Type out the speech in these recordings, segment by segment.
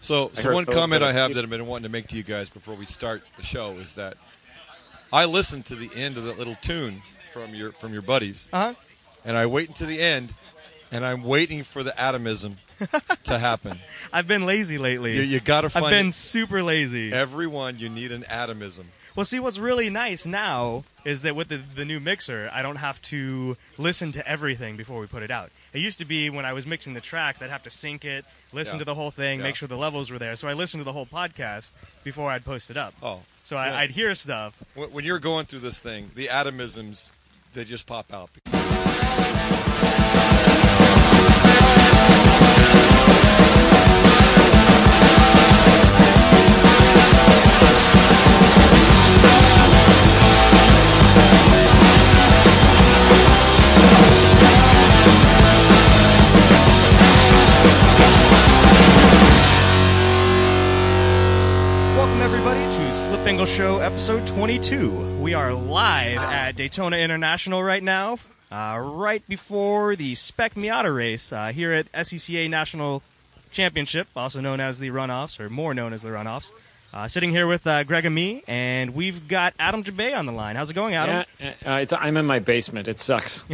So, I so heard one Phil comment said I have it. that I've been wanting to make to you guys before we start the show is that I listened to the end of that little tune from your from your buddies, Uh huh. and I wait until the end, and I'm waiting for the atomism to happen. I've been lazy lately. You, you got to find I've been super lazy. everyone. You need an atomism. Well, see, what's really nice now is that with the, the new mixer, I don't have to listen to everything before we put it out. It used to be when I was mixing the tracks, I'd have to sync it, listen Yeah. to the whole thing, Yeah. make sure the levels were there. So I listened to the whole podcast before I'd post it up. Oh, So I, yeah. I'd hear stuff. When, when you're going through this thing, the atomisms they just pop out. Welcome, everybody, to Slip Angle Show episode 22. We are live at Daytona International right now, uh, right before the Spec Miata race uh, here at SECA National Championship, also known as the runoffs, or more known as the runoffs. Uh, sitting here with uh, Greg and me, and we've got Adam Jabay on the line. How's it going, Adam? Yeah, uh, it's, I'm in my basement. It sucks.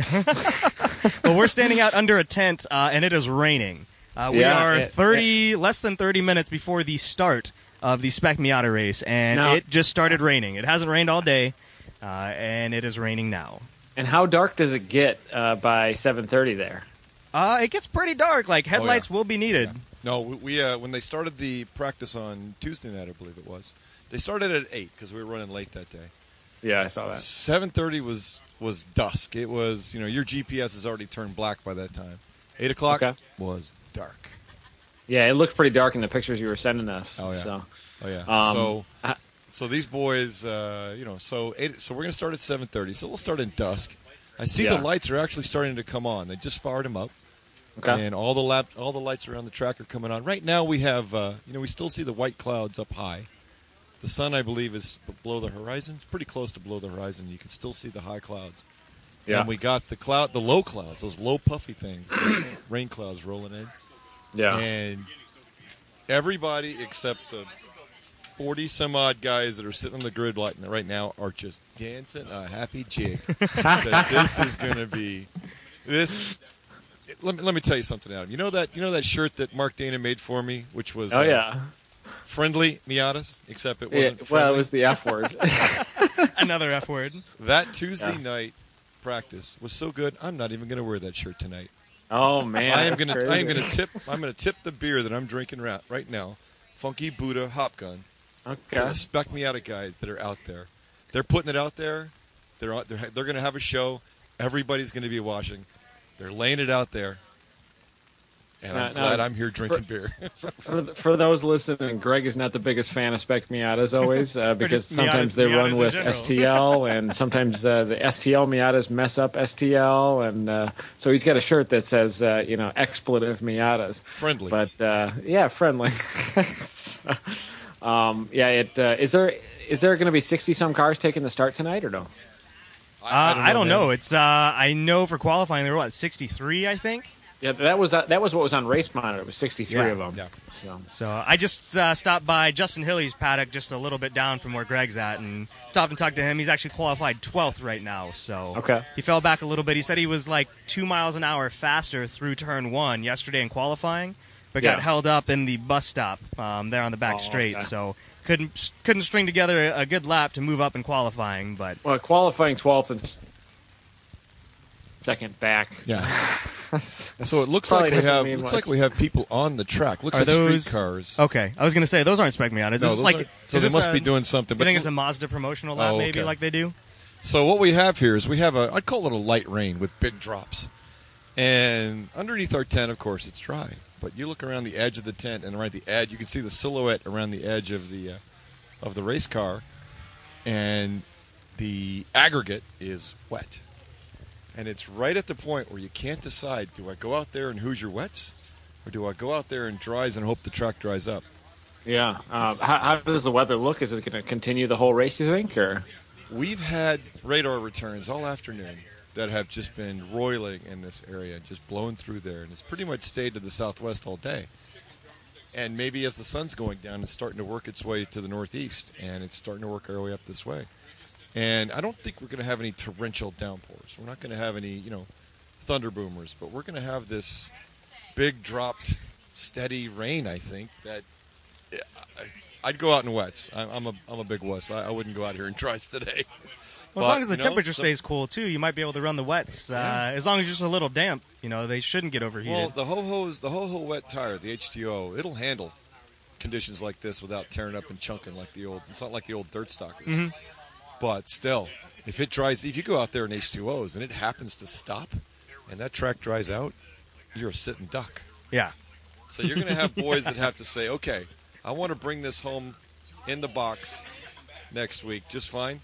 Well, we're standing out under a tent, uh, and it is raining. Uh, we Yeah, are it- 30, less than 30 minutes before the start of the Spec Miata race, and Now- it just started raining. It hasn't rained all day, uh, and it is raining now. And how dark does it get uh, by 7:30 there? Uh, it gets pretty dark. Like, headlights will be needed. No, we, we uh, when they started the practice on Tuesday night, I believe it was. They started at eight because we were running late that day. Yeah, I saw that. Seven thirty was was dusk. It was you know your GPS has already turned black by that time. Eight o'clock Okay. was dark. Yeah, it looked pretty dark in the pictures you were sending us. Oh yeah. So, Oh yeah. um, so I- so these boys, uh, you know, so eight, so we're gonna start at seven thirty. So we'll start in dusk. I see Yeah. the lights are actually starting to come on. They just fired them up. okay. And all the lap, all the lights around the track are coming on. Right now, we have, uh, you know, we still see the white clouds up high. The sun, I believe, is b- below the horizon. It's pretty close to below the horizon. You can still see the high clouds. Yeah. And we got the cloud, the low clouds, those low puffy things, rain clouds rolling in. yeah. And everybody except the forty some odd guys that are sitting on the grid like right now are just dancing a happy jig. that this is going to be this. Let me, let me tell you something, Adam. You know that you know that shirt that Mark Dana made for me, which was oh uh, yeah. friendly Miatas, except it Yeah, wasn't. well, it friendly. was the F word. Another F word. that Tuesday Yeah. night practice was so good. I'm not even going to wear that shirt tonight. oh man. I am that's gonna I am crazy. gonna tip I'm gonna tip the beer that I'm drinking ra- right now, Funky Buddha Hop Gun, to Okay. the Spec Me Out guys that are out there. They're putting it out there. They're out, they're they're gonna have a show. Everybody's gonna be watching. They're laying it out there. And I'm No, no. glad I'm here drinking beer. For, for those listening, Greg is not the biggest fan of Spec Miatas always uh, because just sometimes Miatas- they Miatas run in with general. STL and sometimes uh, the STL Miatas mess up STL. And uh, so he's got a shirt that says, uh, you know, expletive Miatas. Friendly. But uh, yeah, friendly. So, um, yeah, it, uh, is there is there going to be 60 some cars taking the start tonight or no? Uh, I don't man. know. It's uh, I know for qualifying there were what 63, I think. Yeah, that was uh, that was what was on Race Monitor. It was 63 Yeah. of them. Yeah. So. So I just uh, stopped by Justin Hilly's paddock just a little bit down from where Greg's at and stopped and talked to him. He's actually qualified 12th right now. So Okay. he fell back a little bit. He said he was like two miles an hour faster through turn one yesterday in qualifying, but Yeah. got held up in the bus stop um, there on the back Oh, straight. okay. So couldn't couldn't string together a good lap to move up in qualifying. But Well, qualifying 12th and second back. Yeah. So it looks like we have looks like we have people on the track. Looks are like those street cars. Okay, I was gonna say those aren't spec me out. Is No, this those like aren't- is so they this must a- be doing something. You But think it's a Mazda promotional lap Oh, maybe okay. like they do? So what we have here is we have a I'd call it a light rain with big drops. And underneath our tent, of course, it's dry. But you look around the edge of the tent and around the edge, you can see the silhouette around the edge of the uh, of the race car, and the aggregate is wet. And it's right at the point where you can't decide: do I go out there and Hoosier wets, or do I go out there and dries and hope the track dries up? Yeah. Um, how, how does the weather look? Is it going to continue the whole race? You think, or We've had radar returns all afternoon that have just been roiling in this area, just blowing through there, and it's pretty much stayed to the southwest all day. and maybe as the sun's going down, it's starting to work its way to the northeast, and it's starting to work our way up this way. And I don't think we're going to have any torrential downpours. We're not going to have any, you know, thunder boomers, but we're going to have this big dropped, steady rain. I think that I, I'd go out in wets. I, I'm a I'm a big wets. I, I wouldn't go out here in tries today. Well, as But, long as the you know, temperature so- stays cool too, you might be able to run the wets. Uh, Yeah. As long as it's just a little damp, you know they shouldn't get overheated. Well, the ho ho's the ho ho wet tire, the HTO, it'll handle conditions like this without tearing up and chunking like the old. It's not like the old dirt stockers, but still, if it dries, if you go out there in H2Os and it happens to stop, and that track dries out, you're a sitting duck. yeah, So you're going to have boys that have to say, okay, I want to bring this home in the box next week, just fine.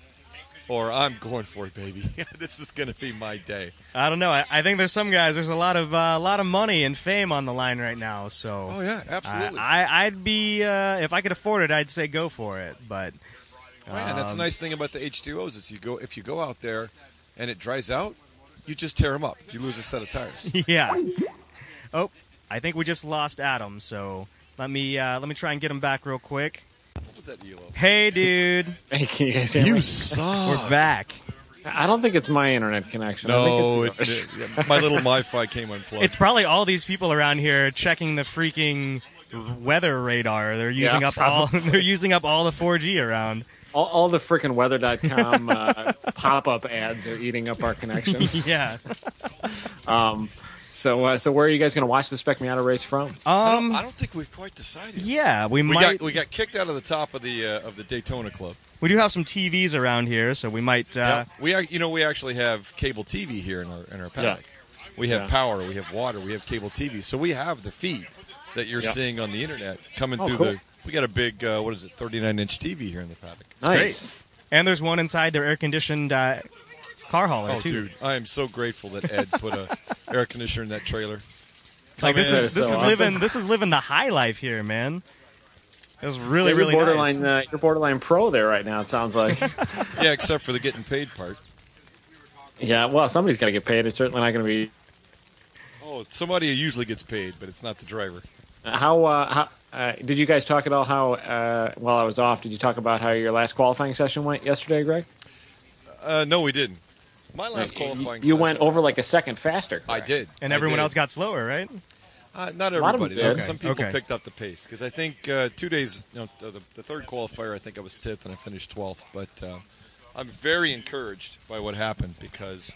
Or I'm going for it, baby. this is going to be my day. I don't know. I, I think there's some guys. There's a lot of uh, lot of money and fame on the line right now. So Oh yeah, absolutely. I, I I'd be uh, if I could afford it, I'd say go for it. But Oh, yeah, that's the Um, nice thing about the H2Os is you go if you go out there and it dries out, you just tear them up. You lose a set of tires. yeah. Oh, I think we just lost Adam. So let me uh, let me try and get him back real quick. what was that ELO? Hey, dude, Hey, can you guys hear me? suck. we're back. I don't think it's my internet connection. I No, think it, it's yours. yeah, my little MiFi came unplugged. It's probably all these people around here checking the freaking weather radar. They're using Yeah, up all they're using up all the 4G around. all, all the freaking weather.com uh, pop up ads are eating up our connection. Yeah. So, uh, so where are you guys going to watch the Spec Miata race from? I, don't, Um. I don't think we've quite decided. Yeah, we, we might got we got kicked out of the top of the uh, of the Daytona Club. we do have some TVs around here, so we might. Uh, Yeah. We ac- you know we actually have cable TV here in our in our paddock. We have Yeah. power, we have water, we have cable TV. So we have the feed that you're Yeah. seeing on the internet coming Oh, through cool. the. We got a big uh, what is it, 39 inch TV here in the paddock. nice. And there's one inside their air conditioned uh, car hauler Oh, too. dude, I am so grateful that Ed put a air conditioner in that trailer. Like this Come in. is this so is awesome. living this is living the high life here, man. It was really you're really borderline, nice. uh, you're borderline pro there right now. It sounds like. yeah, except for the getting paid part. yeah. Well, somebody's got to get paid. It's certainly not going to be. Oh, somebody who usually gets paid, but it's not the driver. How? Uh, how uh, did you guys talk at all? How? Uh, while I was off, did you talk about how your last qualifying session went yesterday, Greg? Uh, no, we didn't. My last qualifying. You session- went over like a second faster. I correct? did, And I everyone did. else got slower, right? Uh, not lot of everybody. them though. did. Some people Okay. picked up the pace because I think uh, two days, you know, th- the, the third qualifier, I think I was tenth and I finished twelfth. But uh, I'm very encouraged by what happened because,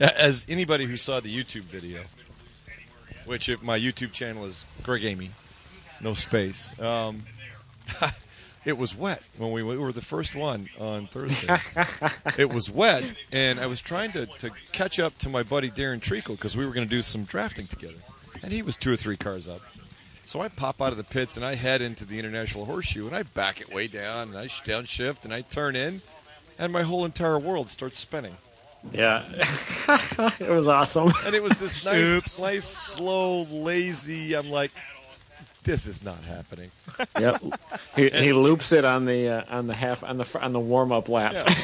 a- as anybody who saw the YouTube video, which if my YouTube channel is Greg Amy, no space. Um, it was wet when we, we were the first one on Thursday. it was wet, and I was trying to, to catch up to my buddy Darren Treacle because we were going to do some drafting together, and he was two or three cars up. So I pop out of the pits and I head into the International Horseshoe and I back it way down and I sh- downshift and I turn in, and my whole entire world starts spinning. Yeah. it was awesome. And it was this nice, Oops. nice, slow, lazy. I'm like, this is not happening. yep. He, he loops it on the uh, on the half on the fr- on the warm up lap. Yeah.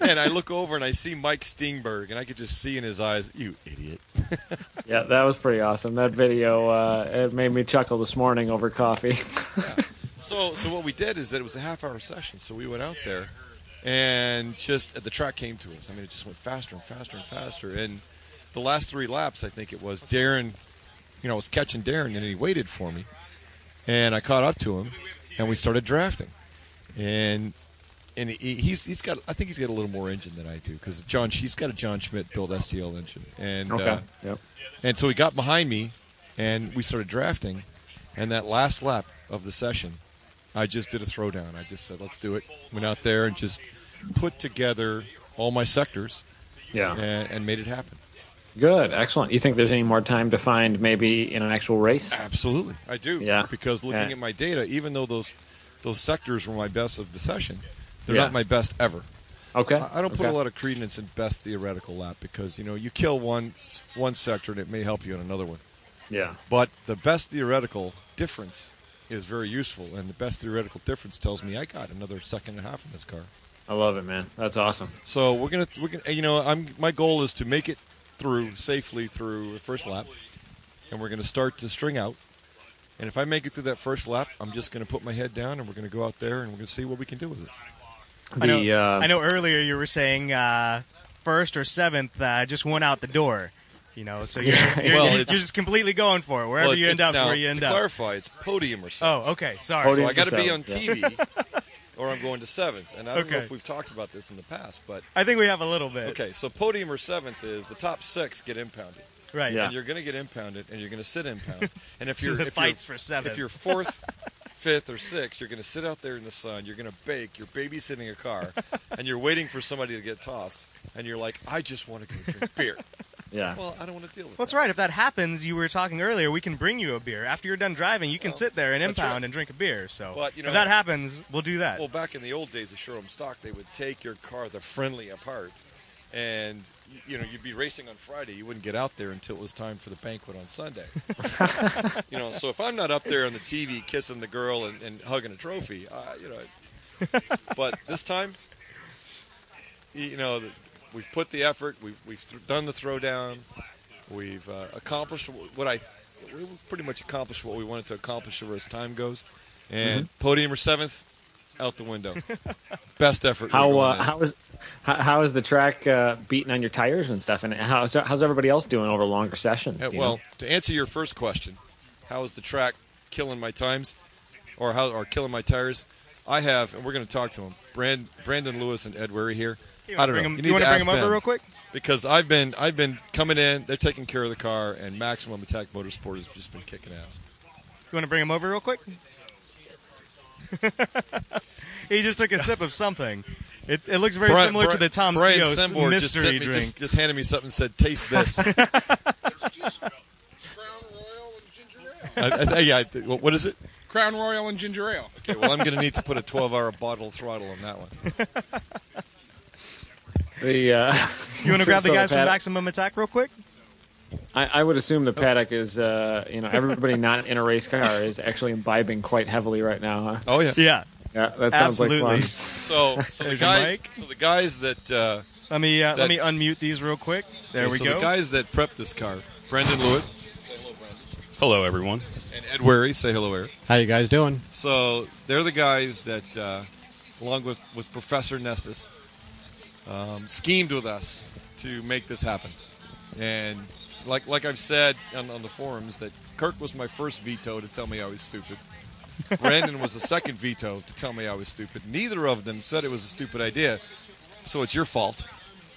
and I look over and I see Mike Steenberg, and I could just see in his eyes, "You idiot!" Yeah, that was pretty awesome. That video uh, it made me chuckle this morning over coffee. So, so what we did is that it was a half-hour session. So we went out there, and just the track came to us. I mean, it just went faster and faster and faster. And the last three laps, I think it was Darren. You know, I was catching Darren, and he waited for me, and I caught up to him, and we started drafting. And and he, he's he's got I think he's got a little more engine than I do because John he's got a John Schmidt built STL engine, and uh, yep. and so he got behind me, and we started drafting. And that last lap of the session, I just did a throwdown. I just said, "Let's do it." Went out there and just put together all my sectors Yeah. and, and made it happen. Good. Excellent. You think there's any more time to find maybe in an actual race? Uh, Absolutely, I do. Yeah. because looking Yeah. at my data, even though those those sectors were my best of the session, they're Yeah. not my best ever. Okay. I I don't put Okay. a lot of credence in best theoretical lap because you know you kill one one sector and it may help you in another one. Yeah. But the best theoretical difference is very useful, and the best theoretical difference tells me I got another second and a half in this car. I love it, man. That's awesome. So we're gonna we're gonna you know I'm my goal is to make it through safely through the first lap, and we're gonna start to string out, And if I make it through that first lap, I'm just going to put my head down and we're going to go out there and we're going to see what we can do with it. The, I know, uh, I know earlier you were saying uh, first or seventh uh, just went out the door. You know, so you're, you're, Well, you're it's- just completely going for it. Wherever Well, it's- you end it's- up, now, where you end to up. clarify, it's podium or something. Oh, okay. Sorry. So Podium. I got to be on Seventh, yeah. TV or I'm going to seventh. And I don't know Okay. if we've talked about this in the past, but I think we have a little bit. okay, so podium or seventh is the top six get impounded. Right. Yeah. And you're going to get impounded and you're going to sit impound. And if So you're, the if fight's you're, for seventh. If you're fourth, fifth, or sixth, you're going to sit out there in the sun. You're going to bake. You're babysitting a car, and you're waiting for somebody to get tossed. And you're like, I just want to go drink beer. yeah. Well, I don't want to deal with. Well, that's that. right. If that happens, you were talking earlier, we can bring you a beer. After you're done driving, you can sit there and that's impound right. and drink a beer. So But, you know- if that happens, we'll do that. Well, back in the old days of showroom stock, they would take your car the friendly apart, and y- you know you'd be racing on Friday. You wouldn't get out there until it was time for the banquet on Sunday. you know, so if I'm not up there on the TV kissing the girl and, and hugging a trophy, uh, you know. But this time, y- you know, th- we've put the effort. We've we've th- done the throwdown. We've uh, accomplished wh- what I we pretty much accomplished what we wanted to accomplish as time goes. And Mm-hmm. podium or seventh, out the window. Best effort. How we're going in. uh, how is how, how is the track uh, beating on your tires and stuff? And how's how's everybody else doing over longer sessions? Uh, do you well, know? to answer your first question, how is the track killing my times, or how or killing my tires? I have, and we're going to talk to him. Brand, Brandon Lewis and Ed Wery here. you I wanna don't bring know. him- you you need wanna to bring ask him over them, real quick? because I've been I've been coming in. They're taking care of the car, and Maximum Attack Motorsport has just been kicking ass. You want to bring him over real quick? he just took a sip of something. It, it looks very Brian- similar Brian- to the Tom Brian Seos Sembor just, mystery sent me, drink. just just handed me something and said, "Taste this." I, It's just Crown Royal and ginger ale. I, yeah, I th- what is it? Crown Royal and ginger ale. Okay, well, I'm going to need to put a 12-hour bottle throttle on that one. the uh, you want to grab so the guys from Pat- Maximum Attack real quick? I, I would assume the paddock is uh, you know everybody not in a race car is actually imbibing quite heavily right now. Huh? Oh yeah. Yeah. Yeah, that sounds Absolutely. like So, fun. so the There's your guys, mic. so the guys that uh, Let me uh, That- let me unmute these real quick. There okay, we so go. the guys that prepped this car, Brendan Lewis Hello, everyone. and Ed Wary, say hello, Eric. How you guys doing? So they're the guys that, uh, along with with Professor Nestis, um, schemed with us to make this happen. And like like I've said on, on the forums, that Kirk was my first veto to tell me I was stupid. Brandon was the second veto to tell me I was stupid. Neither of them said it was a stupid idea. So it's your fault.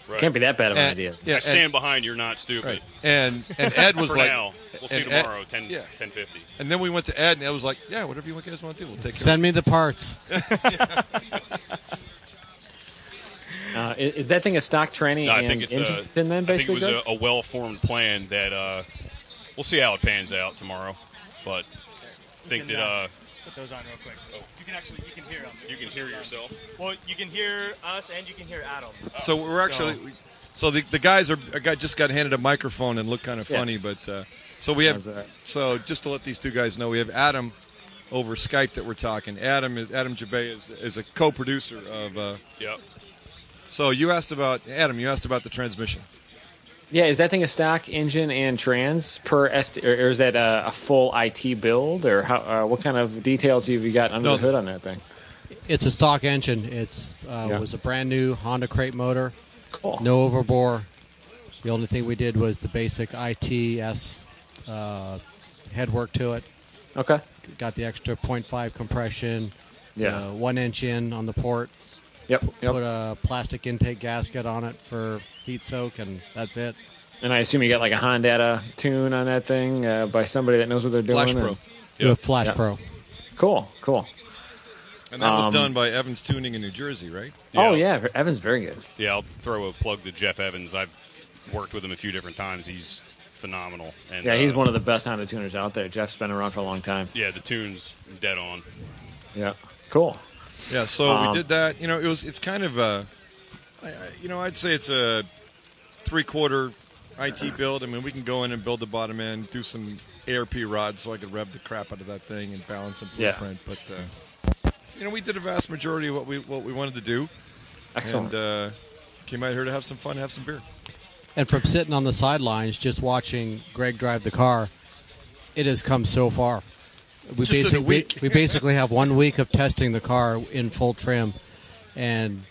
Right. Can't be that bad of an And- idea. yeah, I and- stand behind you're not stupid. Right. And and Ed was For like, now. We'll see and Ed- tomorrow, 10, yeah. 1050. And then we went to Ed, and Ed was like, "Yeah, whatever you guys want to do, we'll take care." Send me the parts. Uh, i- is, that thing a stock tranny No, I and think it's engine a, pin then I think it basically? was Doug? a, a well-formed plan that uh, we'll see how it pans out tomorrow. But I think that uh, Put those on real quick. Oh. You can actually you can hear them. you can hear yourself. Oh. Well, you can hear us and you can hear Adam. So we're actually, so, the, the guys are I got just got handed a microphone and looked kind of Yeah. funny, but uh, so we have That's all right. so just to let these two guys know, we have Adam over Skype that we're talking. Adam is Adam Jabe is is a co-producer of. Uh, Yep. so you asked about Adam. You asked about the transmission. yeah, is that thing a stock engine and trans per ST, or, or is that a, a full IT build or how? Uh, what kind of details have you got under No, the hood on that thing? It's a stock engine. It's uh, Yeah. was a brand new Honda crate motor, Cool. no overbore. The only thing we did was the basic ITS uh, head work to it. Okay. Got the extra 0.5 compression. Yeah. uh, one inch in on the port. Yep. Yep. Put a plastic intake gasket on it for heat soak, and that's it. And I assume you got like a Honda tune on that thing uh, by somebody that knows what they're doing. Flash Pro. and- Do a Flash Yeah. Pro. Cool. Cool. And that was Um, done by Evans Tuning in New Jersey, right? Oh yeah, Evan's very good. Yeah, I'll throw a plug to Jeff Evans. I've worked with him a few different times. He's phenomenal. And, Yeah, he's uh, one of the best Honda tuners out there. Jeff's been around for a long time. Yeah, the tune's dead on. Yeah. Cool. Yeah, so Um, we did that. You know, it was it's kind of a, I- I- you know, I'd say it's a three quarter IT build. I mean, we can go in and build the bottom end, do some ARP rods, so I could rev the crap out of that thing and balance and Yeah. blueprint. But uh, you know, we did a vast majority of what we what we wanted to do, Excellent. and uh, came out here to have some fun, have some beer. And from sitting on the sidelines, just watching Greg drive the car, it has come so far. we Just in a basically week. we, we basically have one week of testing the car in full trim, and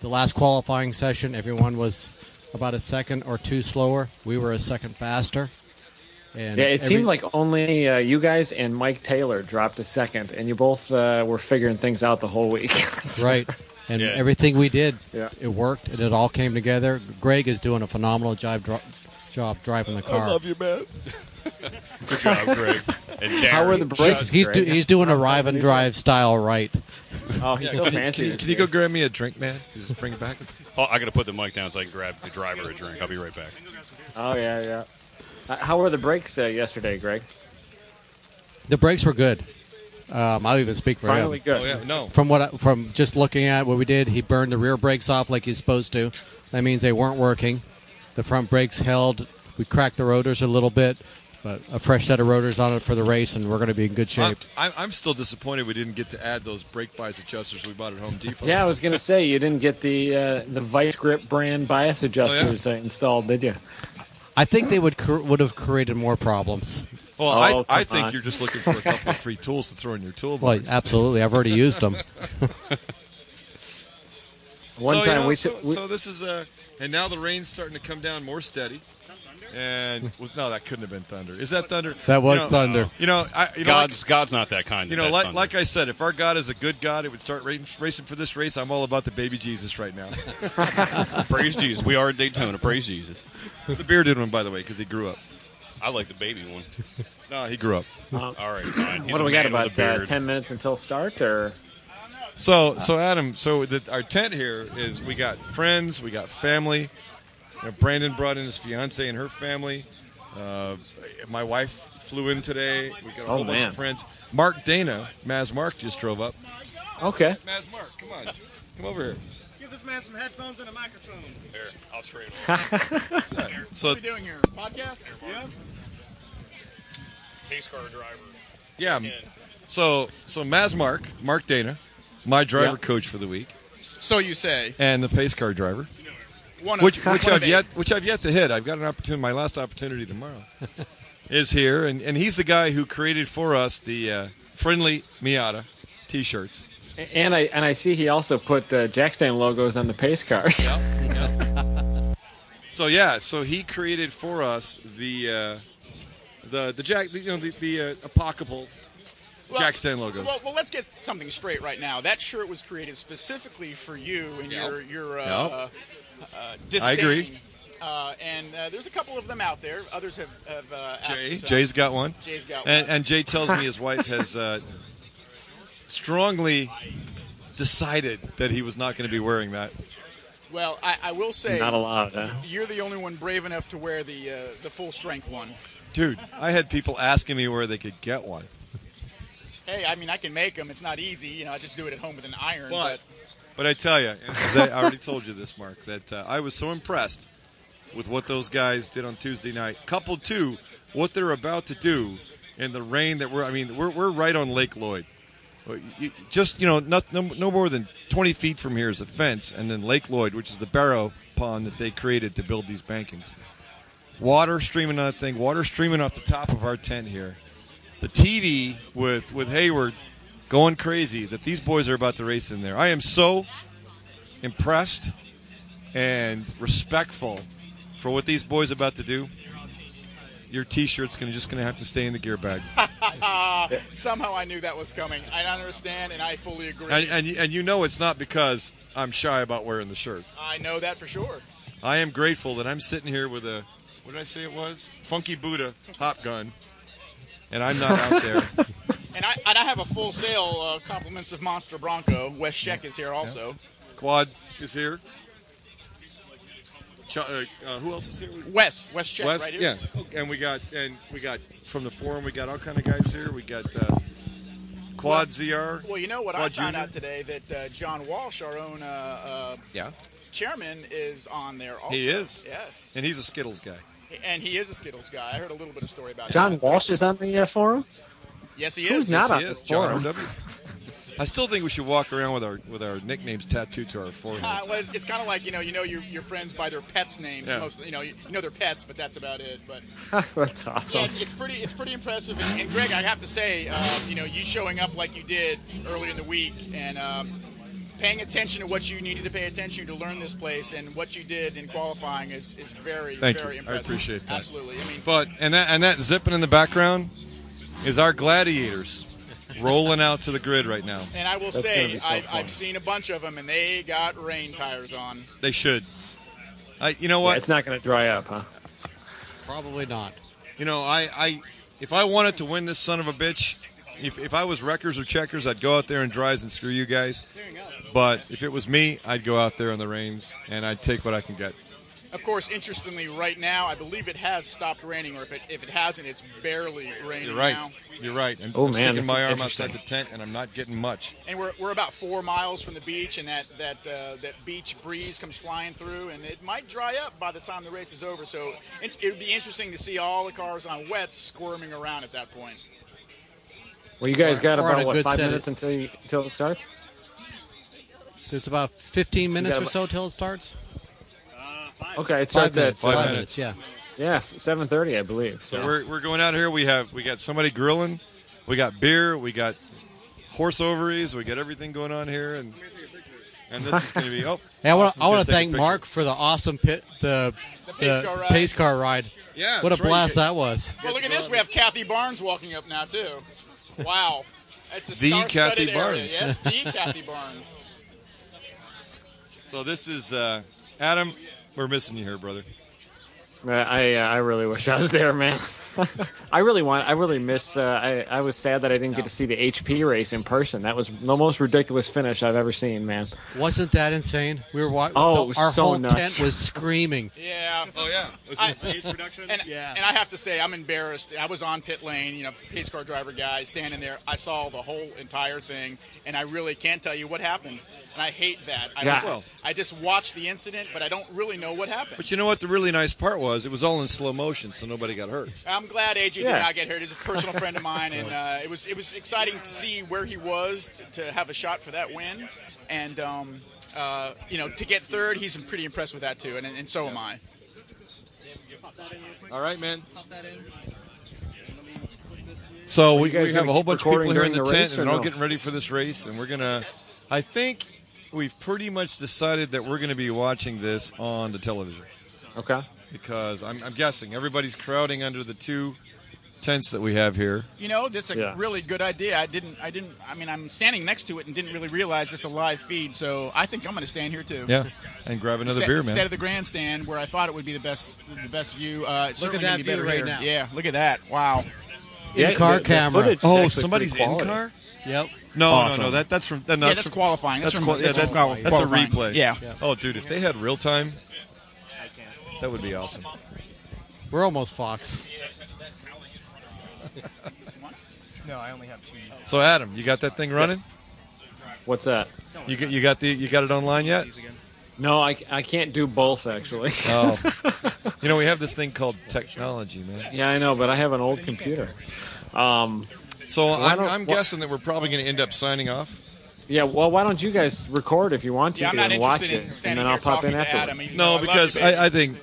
the last qualifying session, everyone was about a second or two slower. We were a second faster. And Yeah, it every- seemed like only uh, you guys and Mike Taylor dropped a second, and you both uh, were figuring things out the whole week. So- right, and Yeah. everything we did, Yeah. it worked, and it all came together. Greg is doing a phenomenal job, dri job driving the car. I love you, man. Good job, Greg. And Darren. How were the He's brakes? he's, do, Greg? he's doing a drive and drive style right. oh, he's so fancy. Can you, this can you go year. grab me a drink, man? Just bring it back. Oh, I gotta put the mic down so I can grab the driver a drink. I'll be right back. Oh yeah, yeah. Uh, how were the brakes uh, yesterday, Greg? The brakes were good. Um, I'll even speak for Finally him. good. Oh yeah, no. From what I, from just looking at what we did, he burned the rear brakes off like he's supposed to. That means they weren't working. The front brakes held. We cracked the rotors a little bit, but a fresh set of rotors on it for the race, and we're going to be in good I'm, shape. I'm, I'm still disappointed we didn't get to add those brake bias adjusters we bought at Home Depot. Yeah, I was gonna say you didn't get the uh, the Vice Grip brand bias adjusters uh, installed, did you? I think they would cr- would have created more problems. Well, Oh, I, I come think on. you're just looking for a couple of free tools to throw in your toolbox. Well, absolutely. I've already used them. One so, time you know, we, so, we so this is uh and now the rain's starting to come down more steady. And well, no, that couldn't have been thunder. Is that thunder? That was You know, thunder. You know, I, you know, like- God's God's not that kind. you know, like, like I said, if our God is a good God, it would start ra- racing for this race. I'm all about the baby Jesus right now. I praise Jesus. We are at Daytona. Praise Jesus. the bearded one, by the way, because he grew up. I like the baby one. No, he grew up. All right, fine. He's what do a we got man with about a uh, beard. ten minutes until start? Or So, so Adam, so the, our tent here is we got friends, we got family. You know, Brandon brought in his fiance and her family. Uh, my wife flew in today. We got a Oh, whole bunch man. of friends. Mark Dana, Maz Mark just drove up. okay, Maz Mark, come on, come over here. Give this man some headphones and a microphone. What Here, I'll trade. So are we doing here? Podcast? Yeah. Pace car driver. yeah, so so Maz Mark, Mark Dana, my driver Yeah. coach for the week, So you say. and the pace car driver, One of, which which one I've of eight. yet which I've yet to hit. I've got an opportunity. My last opportunity tomorrow is here, and, and he's the guy who created for us the uh, friendly Miata T-shirts. and I and I see he also put uh, Jackstand logos on the pace cars. So yeah, so he created for us the uh, the the jack the, you know the, the uh, apocalypse Well, Jack Stan logos. Well, well, let's get something straight right now. That shirt was created specifically for you and Yep. your your uh, Yep. uh, uh, disdain. I agree. Uh, and uh, there's a couple of them out there. Others have, have uh, asked Jay us, uh, Jay's got one. Jay's got and, one. and Jay tells me his wife has uh, strongly decided that he was not going to be wearing that. Well, I, I will say Not allowed. Huh? you're the only one brave enough to wear the uh, the full strength one. Dude, I had people asking me where they could get one. Hey, I mean I can make them. It's not easy. You know, I just do it at home with an iron. But, but I tell you, as I already told you this, Mark, that uh, I was so impressed with what those guys did on Tuesday night, coupled to what they're about to do in the rain that we're, I mean, we're, we're right on Lake Lloyd. Uh, you- Just, you know, not, no, no more than 20 feet from here is a fence, and then Lake Lloyd, which is the barrow pond that they created to build these bankings. Water streaming on that thing, water streaming off the top of our tent here. The TV with, with Hayward going crazy that these boys are about to race in there. I am so impressed and respectful for what these boys about to do. Your T-shirt's gonna just gonna have to stay in the gear bag, But somehow I knew that was coming. I understand, and I fully agree. and, and and you know it's not because I'm shy about wearing the shirt. I know that for sure. I am grateful that I'm sitting here with a what did I say it was Funky Buddha Hop Gun, and I'm not out there. And I, and I have a full sale uh, compliments of Monster Bronco. Wes Sheck is here also. Quad is here. Ch- uh, uh, who else is here? Wes, Wes Sheck West, right here. yeah, and we got and we got from the forum. We got all kind of guys here. We got uh, Quad ZR. Well, you know what I Quad found Junior. out today that uh, John Walsh, our own uh, uh, Yeah, chairman, is on there also. He is. Yes. and he's a Skittles guy. And he is a Skittles guy. I heard a little bit of story about John that. Walsh is on the uh, forum. Yes, he Who's is. not Yes, on he the is. John forum? R.W. I still think we should walk around with our with our nicknames tattooed to our Uh, foreheads. well, it's, it's kind of like you know, you know your, your friends by their pets' names. Yeah. Mostly, you know, you, you know their pets, but that's about it. But That's yeah, awesome. it's, it's pretty it's pretty impressive. And, and Greg, I have to say, um, you know, you showing up like you did earlier in the week and um, paying attention to what you needed to pay attention to learn this place and what you did in qualifying is, is very Thank very you. I impressive. appreciate that. Absolutely. I mean, But and that and that zipping in the background is our gladiators rolling out to the grid right now. and I will That's gonna say, be so I've, fun. I've seen a bunch of them, and they got rain tires on. They should. I, you know Yeah, what? it's not going to dry up, huh? Probably not. You know, I, I if I wanted to win this son of a bitch, if, if I was wreckers or checkers, I'd go out there and drives and screw you guys. But if it was me, I'd go out there on the reins and I'd take what I can get. Of course, interestingly, right now, I believe it has stopped raining, or if it, if it hasn't, it's barely raining You're right. now. You're right. And Oh, I'm man, this sticking is my arm interesting. outside the tent and I'm not getting much. And we're, we're about four miles from the beach, and that that uh, that beach breeze comes flying through, and it might dry up by the time the race is over. So it, it would be interesting to see all the cars on wets squirming around at that point. Well, you guys got We're on about a what good five set. minutes until you, until it starts. There's about 15 minutes got or a- so till it starts. Okay, it starts at minutes. Five uh, Five minutes. minutes. Yeah. yeah seven thirty, I believe. So, So we're, we're going out here. We have we got somebody grilling, we got beer, we got horse ovaries, we got everything going on here, and and this is going to be oh. Hey, I want Austin's to I gonna want to take a thank picture. Mark for the awesome pit the, the pace car ride. pace car ride. Yeah, what a that's right. blast that was. Well, look at this. We have Kathy Barnes walking up now too. Wow, that's a The star-studded Kathy area. Barnes. Yes, the Kathy Barnes. So this is uh, Adam. We're missing you here, brother. Uh, I uh, I really wish I was there, man. I really want. I really miss. Uh, I I was sad that I didn't get to see the HP race in person. That was the most ridiculous finish I've ever seen, man. Wasn't that insane? We were watching. Oh, it was our so whole nuts. tent was screaming. Yeah. Oh yeah. And, and I have to say, I'm embarrassed. I was on pit lane, you know, pace car driver guy standing there. I saw the whole entire thing, and I really can't tell you what happened. And I hate that. I, Yeah. just- Well- I just watched the incident, but I don't really know what happened. but you know what? The really nice part was it was all in slow motion, so nobody got hurt. I'm glad AJ Yeah. did not get hurt. He's a personal friend of mine, and uh, it was it was exciting to see where he was t- to have a shot for that win, and um, uh, you know to get third. He's pretty impressed with that too, and, and so am I. All right, man. So we, you we guys have gonna a whole keep bunch of people recording here in the, during the tent, race and or they're all no? getting ready for this race. And we're gonna, I think, we've pretty much decided that we're gonna be watching this on the television Okay. because I'm, I'm guessing everybody's crowding under the two tents that we have here. You know, that's a Yeah. really good idea. I didn't, I didn't, I mean, I'm standing next to it and didn't really realize it's a live feed, so I think I'm going to stand here too. Yeah, and grab another Instead- beer, Instead man. of the grandstand where I thought it would be the best, the best view. Uh, it's Look at certainly gonna that be better view right here. now. Yeah, look at that. Wow. Yeah, car the- the camera. footage is Oh, actually somebody's pretty in quality. car. Yep. No, Awesome. no, no. That that's from that- yeah, that's that's from- qualifying. That's, That's, from, qual- yeah, that's that's, quali- that's a qualifying. replay. Yeah. Oh, dude, if they had real time, that would be awesome. We're almost Fox. No, I only have two. So, Adam, you got that thing running? What's that? You got, you got the you got it online yet? These again. No, I, I can't do both actually. Oh, you know we have this thing called technology, man. yeah, I know, but I have an old computer. Um, So I'm, don't- I'm why- guessing that we're probably going to end up signing off. yeah. Well, why don't you guys record if you want to Yeah, I'm not and watch interested it, in and standing then here I'll pop talking in to afterwards. Adam. You know, No, I love because you, baby, I, I think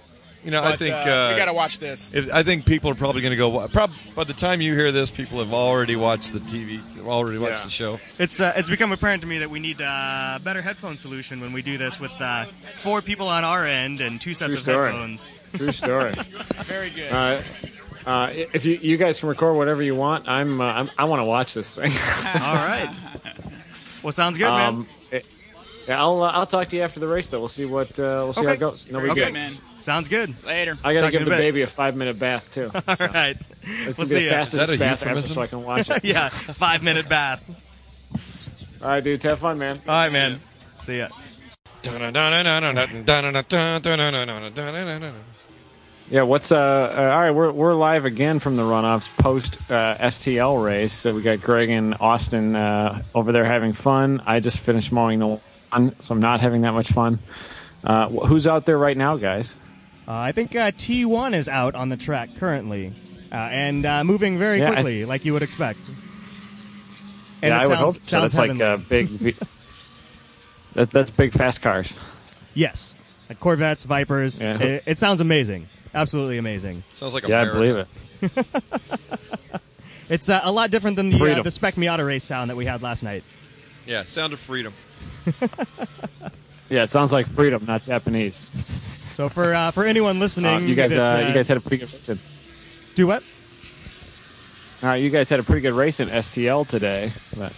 you know I but, think uh, uh, we got to watch this. if, I think people are probably going to go. wa- Prob- by the time you hear this, people have already watched the TV, already watched Yeah. the show. It's uh, it's become apparent to me that we need a uh, better headphone solution when we do this with uh, four people on our end and two sets True of story. headphones. True story. Very good. Uh, uh, if you, you guys can record whatever you want, I'm, uh, I'm I want to watch this thing. All right. Well, sounds good, um, it- yeah, I'll uh, I'll talk to you after the race though. We'll see what uh, we'll see how Okay. it goes. No, Very we good, good. man. man. Sounds good. Later. I gotta Talk to you give in the a bit. baby a five minute bath too. All right. It's We'll gonna be see the ya. Is that a fastest bath ever, euphemism? so I can watch it. yeah, five minute bath. All right, dudes, have fun, man. All right, man. See ya. Yeah, what's uh, uh all right, we're we're live again from the runoffs post uh, STL race. So we got Greg and Austin uh, over there having fun. I just finished mowing the lawn, so I'm not having that much fun. Uh, wh- who's out there right now, guys? Uh, I think uh, T1 is out on the track currently uh, and uh, moving very Yeah, I- quickly, like you would expect. yeah, And it I would sounds- hope so. sounds That's like uh, heavenly. big. V- that, that's big fast cars. Yes, like Corvettes, Vipers. Yeah. It, it sounds amazing. Absolutely amazing. Sounds like a Yeah, I parrot. believe it. It's uh, a lot different than the uh, Freedom. the Spec Miata race sound that we had last night. Yeah, sound of freedom. Yeah, it sounds like freedom, not Japanese. So for uh, for anyone listening, Uh, you guys, that, uh, uh, you guys had a pretty good race. in- do what? Uh, you guys had a pretty good race in STL today. But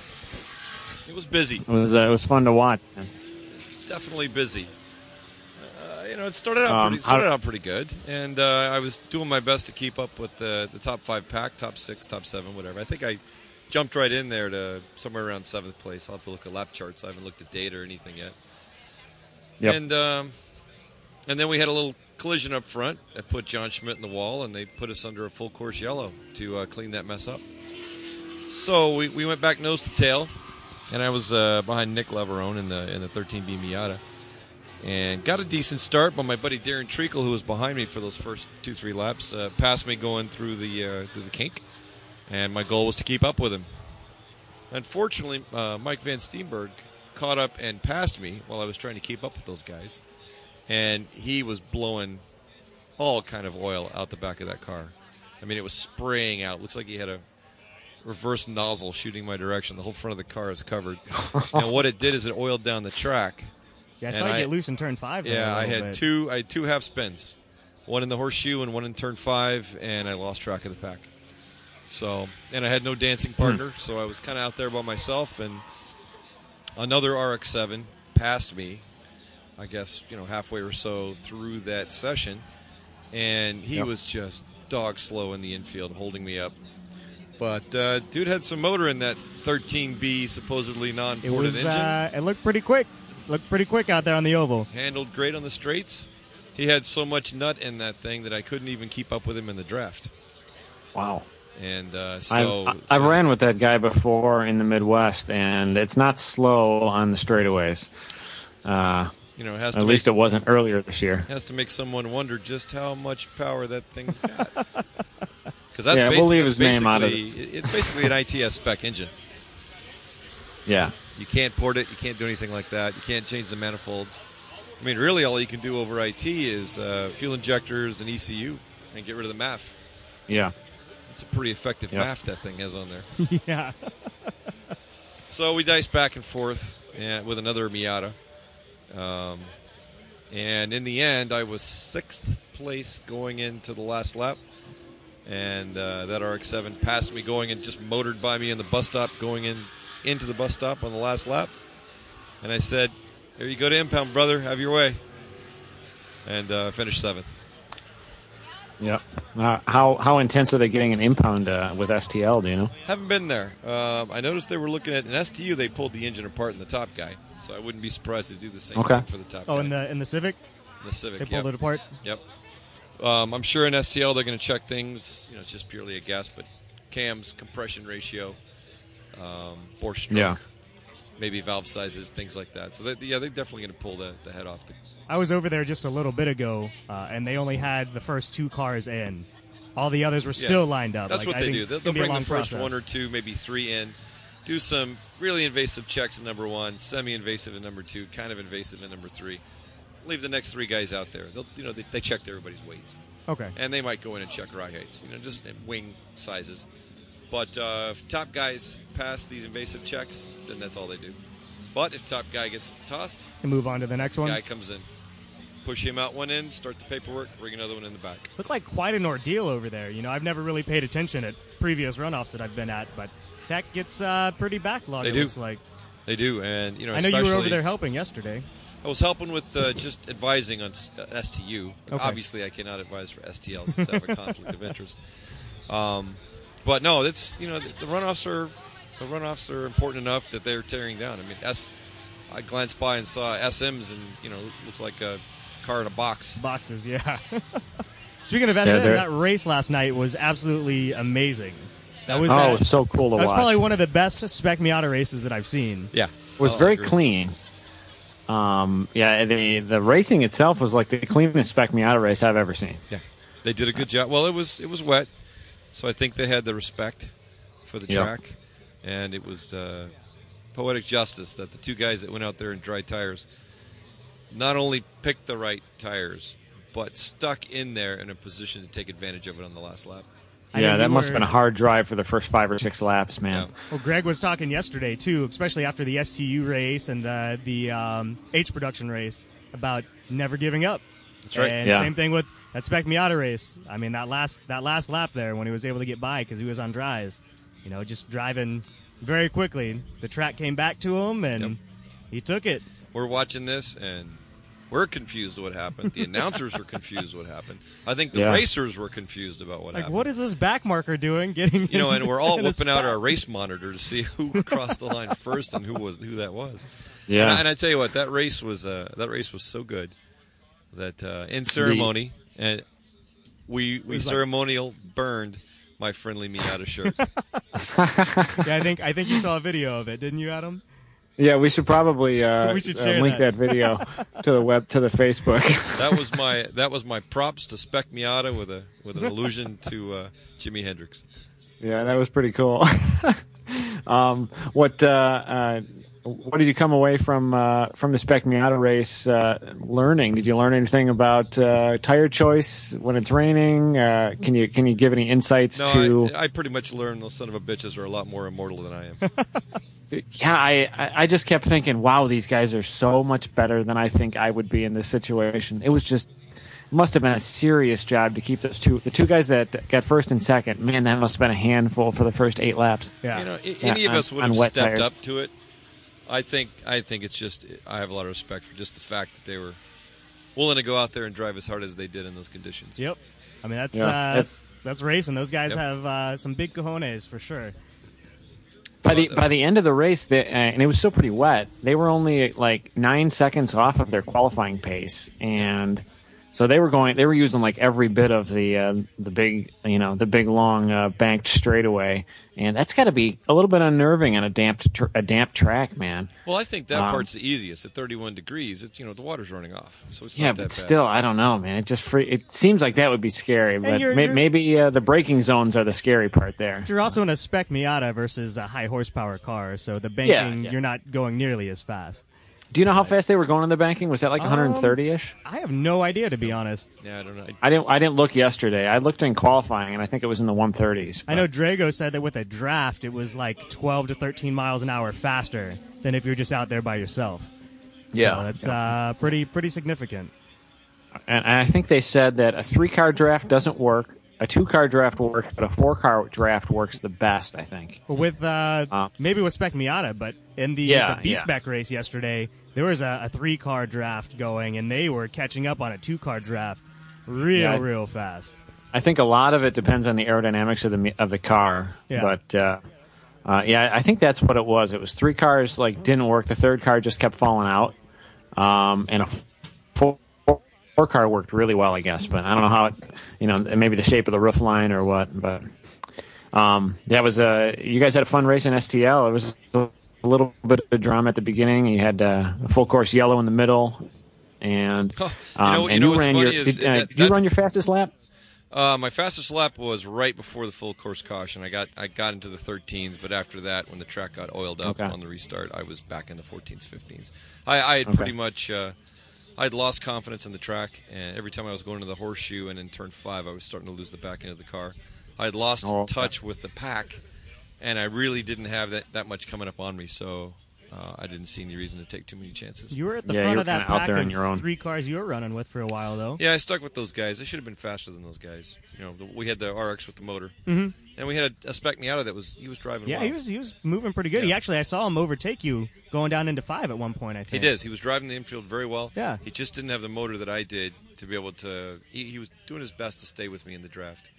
It was busy. it was uh, it was fun to watch. man. definitely busy. Uh, you know, it started out Um, pretty, how- started out pretty good, and uh, I was doing my best to keep up with the the top five pack, top six, top seven, whatever. I think I jumped right in there to somewhere around seventh place. I'll have to look at lap charts. I haven't looked at data or anything yet. Yep. And um, and then we had a little collision up front that put John Schmidt in the wall, and they put us under a full course yellow to uh, clean that mess up. So we, we went back nose to tail, and I was uh, behind Nick Laverone in the in the 13B Miata, and got a decent start. But my buddy Darren Treacle, who was behind me for those first two three laps, uh, passed me going through the uh, through the kink, and my goal was to keep up with him. Unfortunately, uh, Mike Van Steenberg caught up and passed me while I was trying to keep up with those guys, and he was blowing all kind of oil out the back of that car. I mean, it was spraying out. Looks like he had a reverse nozzle shooting my direction. The whole front of the car is covered. and what it did is it oiled down the track. Yeah, I And saw you I- get loose in turn five. there Yeah, a I little had bit. two. I had two half spins, one in the horseshoe and one in turn five, and I lost track of the pack. So, and I had no dancing Hmm. partner, so I was kind of out there by myself. And another RX-7 passed me, I guess you know halfway or so through that session, and he was just dog slow in the infield, holding me up. But uh, dude had some motor in that 13B supposedly It non-ported was. engine Uh, it looked pretty quick. Looked pretty quick out there on the oval. handled great on the straights. He had so much nut in that thing that I couldn't even keep up with him in the draft. Wow. And uh, I- so I, so- I ran with that guy before in the Midwest, and it's not slow on the straightaways. Uh, You know, has at to least it make, wasn't earlier this year. has to make someone wonder just how much power that thing's got. Because that's Yeah, basically, we'll leave that's his name out of basically- It's basically an ITS spec engine. Yeah. You can't port it. You can't do anything like that. You can't change the manifolds. I mean, really, all you can do over IT is uh, fuel injectors and ECU, and get rid of the MAF. Yeah. It's a pretty effective Yep. MAF that thing has on there. yeah. So we diced back and forth and with another Miata. Um, and in the end, I was sixth place going into the last lap. And uh, that RX 7 passed me going and just motored by me in the bus stop, going in into the bus stop on the last lap. And I said, Here you go to impound, brother. Have your way. And uh, finished seventh. Yeah. Uh, how how intense are they getting an impound uh, with STL? Do you know? Haven't been there. Um, I noticed they were looking at an STU. They pulled the engine apart in the top guy. So I wouldn't be surprised to do the same Okay. thing for the top Oh, guy. in the in the Civic, The Civic. they pulled yep. it apart. Yep. Um, I'm sure in STL they're going to check things. You know, it's just purely a guess, but cams, compression ratio, um, bore stroke, Yeah. maybe valve sizes, things like that. So they, yeah, they're definitely going to pull the, the head off. The, I was over there just a little bit ago, uh, and they only had the first two cars in. All the others were yeah. still lined up. That's Like, what I they think do. it's They'll, gonna they'll be a bring the long first process. one or two, maybe three in, do some really invasive checks in number one, semi-invasive in number two, kind of invasive in number three. Leave the next three guys out there. They'll, you know, they, they checked everybody's weights. Okay. and they might go in and check rye heights, you know, just in wing sizes. But uh, if top guys pass these invasive checks, then that's all they do. But if top guy gets tossed, And move on to the next one. guy comes in, push him out one end, start the paperwork, bring another one in the back. Looked like quite an ordeal over there. You know, I've never really paid attention at previous runoffs that I've been at, but Tech gets uh, pretty backlogged. They it do. looks like. They do, and you know, I know you were over especially- there helping yesterday. I was helping with uh, just advising on s- uh, STU. Okay. Obviously, I cannot advise for STL since I have a conflict of interest. Um, but no, that's you know the, the runoffs are the runoffs are important enough that they're tearing down. I mean, S. I glanced by and saw SMs, and you know, looks like a car in a box. Boxes, yeah. Speaking of SM, they're- that race last night was absolutely amazing. That was Oh, that, it's so cool to that was watch. probably one of the best spec Miata races that I've seen. Yeah, It was Oh, I very agree. clean. Um, yeah, the the racing itself was like the cleanest spec Miata race I've ever seen. Yeah, they did a good job. Well, it was it was wet, so I think they had the respect for the Yeah. track, and it was uh, poetic justice that the two guys that went out there and dried tires not only picked the right tires, but stuck in there in a position to take advantage of it on the last lap. I know yeah, that you must have were- been a hard drive for the first five or six laps, man. Yeah. Well, Greg was talking yesterday too, especially after the STU race and the the um, H production race about never giving up. That's right. And Yeah. same thing with that Spec Miata race. I mean, that last that last lap there when he was able to get by because he was on drives, you know, just driving very quickly. The track came back to him and he took it. We're watching this and we're confused what happened. The announcers were confused what happened. I think the Yeah. racers were confused about what Like, happened. what is this back marker doing? Getting you know, and we're all in a whipping out spot? our race monitor to see who crossed the line first and who was who that was. Yeah. and I, and I tell you what, that race was uh, that race was so good that uh, in ceremony and we we was like- ceremonial burned my friendly Miata shirt. Yeah, I think I think you saw a video of it, didn't you, Adam? Yeah, we should probably uh, We should uh, share link that. that. video to the web to the Facebook. that was my that was my props to Spec Miata with a with an allusion to uh, Jimi Hendrix. yeah, that was pretty cool. um, what uh, uh, what did you come away from uh, from the Spec Miata race uh, learning? Did you learn anything about uh, tire choice when it's raining? Uh, can you can you give any insights No, to? I, I pretty much learned those son of a bitches are a lot more immortal than I am. yeah, I I- I just kept thinking, wow, these guys are so much better than I think I would be in this situation. It was just it must have been a serious job to keep those two the two guys that got first and second. Man, that must have been a handful for the first eight laps. Yeah. You know, a- any of on- us would on have wet stepped tires. up to it. I think I think it's just I have a lot of respect for just the fact that they were willing to go out there and drive as hard as they did in those conditions. Yep. I mean, that's Yeah. uh, that's That's- that's racing. Those guys Yep. have uh, some big cojones for sure. By the Thought that- by the end of the race, they, uh, and it was still pretty wet. They were only like nine seconds off of their qualifying pace, and so they were going. They were using like every bit of the uh, the big, you know, the big long uh, banked straightaway, and that's got to be a little bit unnerving on a damp tr- a damp track, man. Well, I think that Um, part's the easiest. At 31 degrees, it's you know the water's running off, so it's Yeah, not that but bad. still, I don't know, man. It just free- it seems like that would be scary, but you're- may- you're- maybe uh, the braking zones are the scary part there. You're also in a spec Miata versus a high horsepower car, so the banking Yeah, yeah. you're not going nearly as fast. Do you know how fast they were going in the banking? Was that like 130 ish? I have no idea to be honest. Yeah, I don't know. I didn't. I didn't look yesterday. I looked in qualifying, and I think it was in the 130s. I know Drago said that with a draft, it was like 12 to 13 miles an hour faster than if you're just out there by yourself. Yeah. so that's uh, pretty pretty significant. And, and I think they said that a three-car draft doesn't work. A two-car draft works, but a four-car draft works the best. I think. But with uh, Uh, maybe with Spec Miata, but in the, Yeah, the B yeah. Spec race yesterday, there was a, a three car draft going, and they were catching up on a two car draft real Yeah. real fast. I think a lot of it depends on the aerodynamics of the me- of the car. Yeah. But uh, uh, yeah, I think that's what it was. It was three cars like didn't work. The third car just kept falling out, um, and a f- four, four car worked really well, I guess. But I don't know how it, you know, maybe the shape of the roof line or what. But um, that was a you guys had a fun race in STL. It was a little bit of drama at the beginning. You had uh, a full course yellow in the middle. And, Huh. um, You know- you and know what's ran funny your, is did, uh, that- did you that- run your fastest lap? Uh, my fastest lap was right before the full course caution. I got I got into the 13s, but after that, when the track got oiled up Okay. on the restart, I was back in the 14s, 15s. I, I had pretty much uh, I'd lost confidence in the track, and every time I was going to the horseshoe and in turn five, I was starting to lose the back end of the car. I had lost Oh, okay. touch with the pack, and I really didn't have that, that much coming up on me, so uh, I didn't see any reason to take too many chances. You were at the Yeah, you front were of that kinda out pack there on of your own. three cars you were running with for a while, though. Yeah, I stuck with those guys. I should have been faster than those guys. You know, the, we had the RX with the motor, and we had a, a Spec Miata that was he was driving. Mm-hmm. Yeah, well. he was he was moving pretty good. He Yeah. actually, I saw him overtake you going down into five at one point. I He think does. He was driving the infield very well. Yeah. He just didn't have the motor that I did to be able to. He, he was doing his best to stay with me in the draft.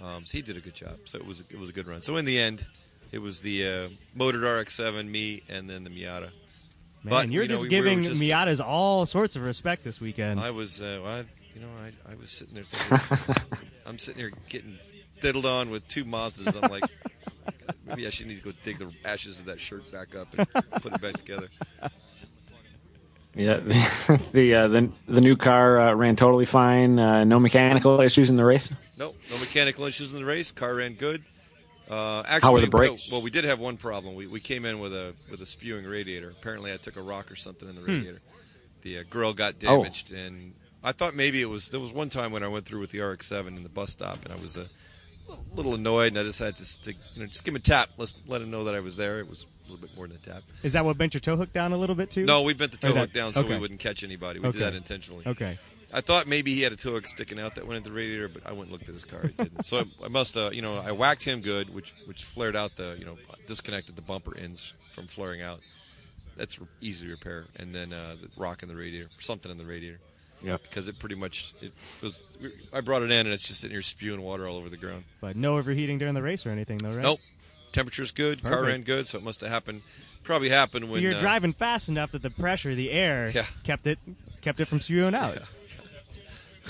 Um, so he did a good job. So it was it was a good run. So in the end, it was the uh, motored RX-7, me, and then the Miata. Man, But, you're you know, just we were giving just- Miatas all sorts of respect this weekend. I was, uh, well, I, you know, I, I was sitting there thinking, I'm sitting here getting diddled on with two Mazdas. I'm like, maybe I should need to go dig the ashes of that shirt back up and put it back together. Yeah, the uh, the the new car uh, ran totally fine. Uh, no mechanical issues in the race. Nope, no mechanical issues in the race. Car ran good. Uh, actually, were the no, brakes? well, we did have one problem. We, we came in with a with a spewing radiator. Apparently, I took a rock or something in Hmm. the radiator. The uh, grill got Oh. damaged, and I thought maybe it was. There was one time when I went through with the RX-7 in the bus stop, and I was a little annoyed, and I decided just to you know, just give him a tap. Let's let him know that I was there. It was a little bit more than a tap. Is that what bent your toe hook down a little bit too? No, we bent the toe Or that- hook down so okay. we wouldn't catch anybody. We Okay. did that intentionally. Okay. I thought maybe he had a toe hook sticking out that went into the radiator, but I went and looked at his car. It didn't. so I, I must, uh, you know, I whacked him good, which which flared out the, you know, disconnected the bumper ends from flaring out. That's re- easy to repair. And then uh, the rock in the radiator, something in the radiator, Yep. because it pretty much it was. we- I brought it in and it's just sitting here spewing water all over the ground. But no overheating during the race or anything though, right? Nope, temperature's good, car Perfect. ran good, so it must have happened. Probably happened when You're uh, driving fast enough that the pressure, the air, Yeah. kept it kept it from spewing out.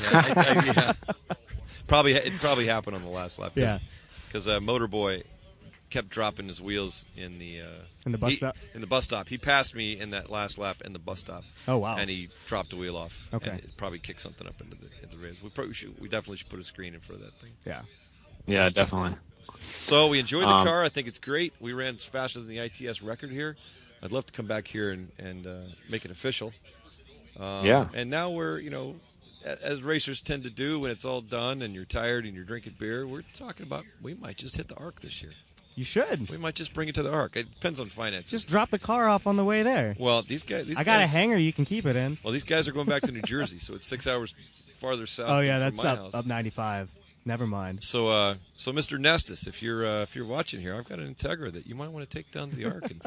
Yeah, I- I- yeah. Probably it probably happened on the last lap. Yeah. because uh, Motorboy kept dropping his wheels in the uh, In the bus he- stop? In the bus stop, he passed me in that last lap in the bus stop. Oh, wow. And he dropped a wheel off. Okay. and it probably kicked something up into the into the ribs. We probably should, we definitely should put a screen in for that thing. Yeah. Yeah, definitely. So we enjoyed the Um, car. I think it's great. We ran faster than the ITS record here. I'd love to come back here and and uh, make it official. yeah. Um, And now we're, you know, a- as racers tend to do when it's all done and you're tired and you're drinking beer, we're talking about we might just hit the arc this year. You should. We might just bring it to the arc. It depends on finances. Just drop the car off on the way there. well, these guys. These I got a guys- hanger you can keep it in. Well, these guys are going back to New Jersey, so it's six hours farther south. Oh than yeah, from that's my up house. up 95. Never mind. So, uh, so Mr. Nestis, if you're uh, if you're watching here, I've got an Integra that you might want to take down to the Ark and,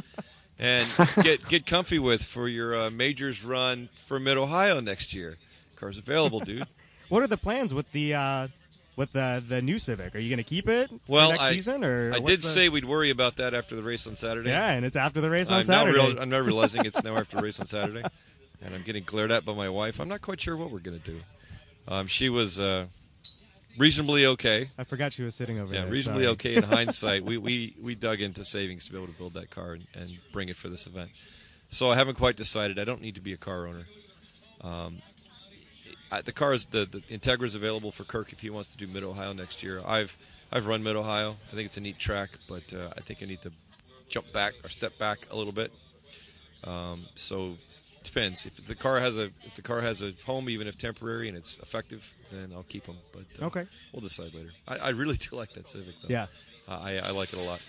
and get get comfy with for your uh, majors run for Mid Ohio next year. Car's available, dude. What are the plans with the uh, with the the new Civic? Are you going to keep it for Well, next I, season or I what's did the- say we'd worry about that after the race on Saturday. yeah, and it's after the race I'm on now, Saturday. real, I'm now realizing it's now after the race on Saturday, and I'm getting glared at by my wife. I'm not quite sure what we're gonna do. Um, she was uh, reasonably okay. I forgot she was sitting over Yeah, there. reasonably sorry. okay in hindsight. We, we we dug into savings to be able to build that car and, and bring it for this event. So I haven't quite decided. I don't need to be a car owner. Um, I, the car is the, the Integra is available for Kirk if he wants to do Mid Ohio next year. I've I've run Mid Ohio. I think it's a neat track, but uh, I think I need to jump back or step back a little bit. Um, so it depends if the car has a if the car has a home, even if temporary and it's effective, then I'll keep them. But uh, Okay. we'll decide later. I, I really do like that Civic though. Yeah. I, I like it a lot.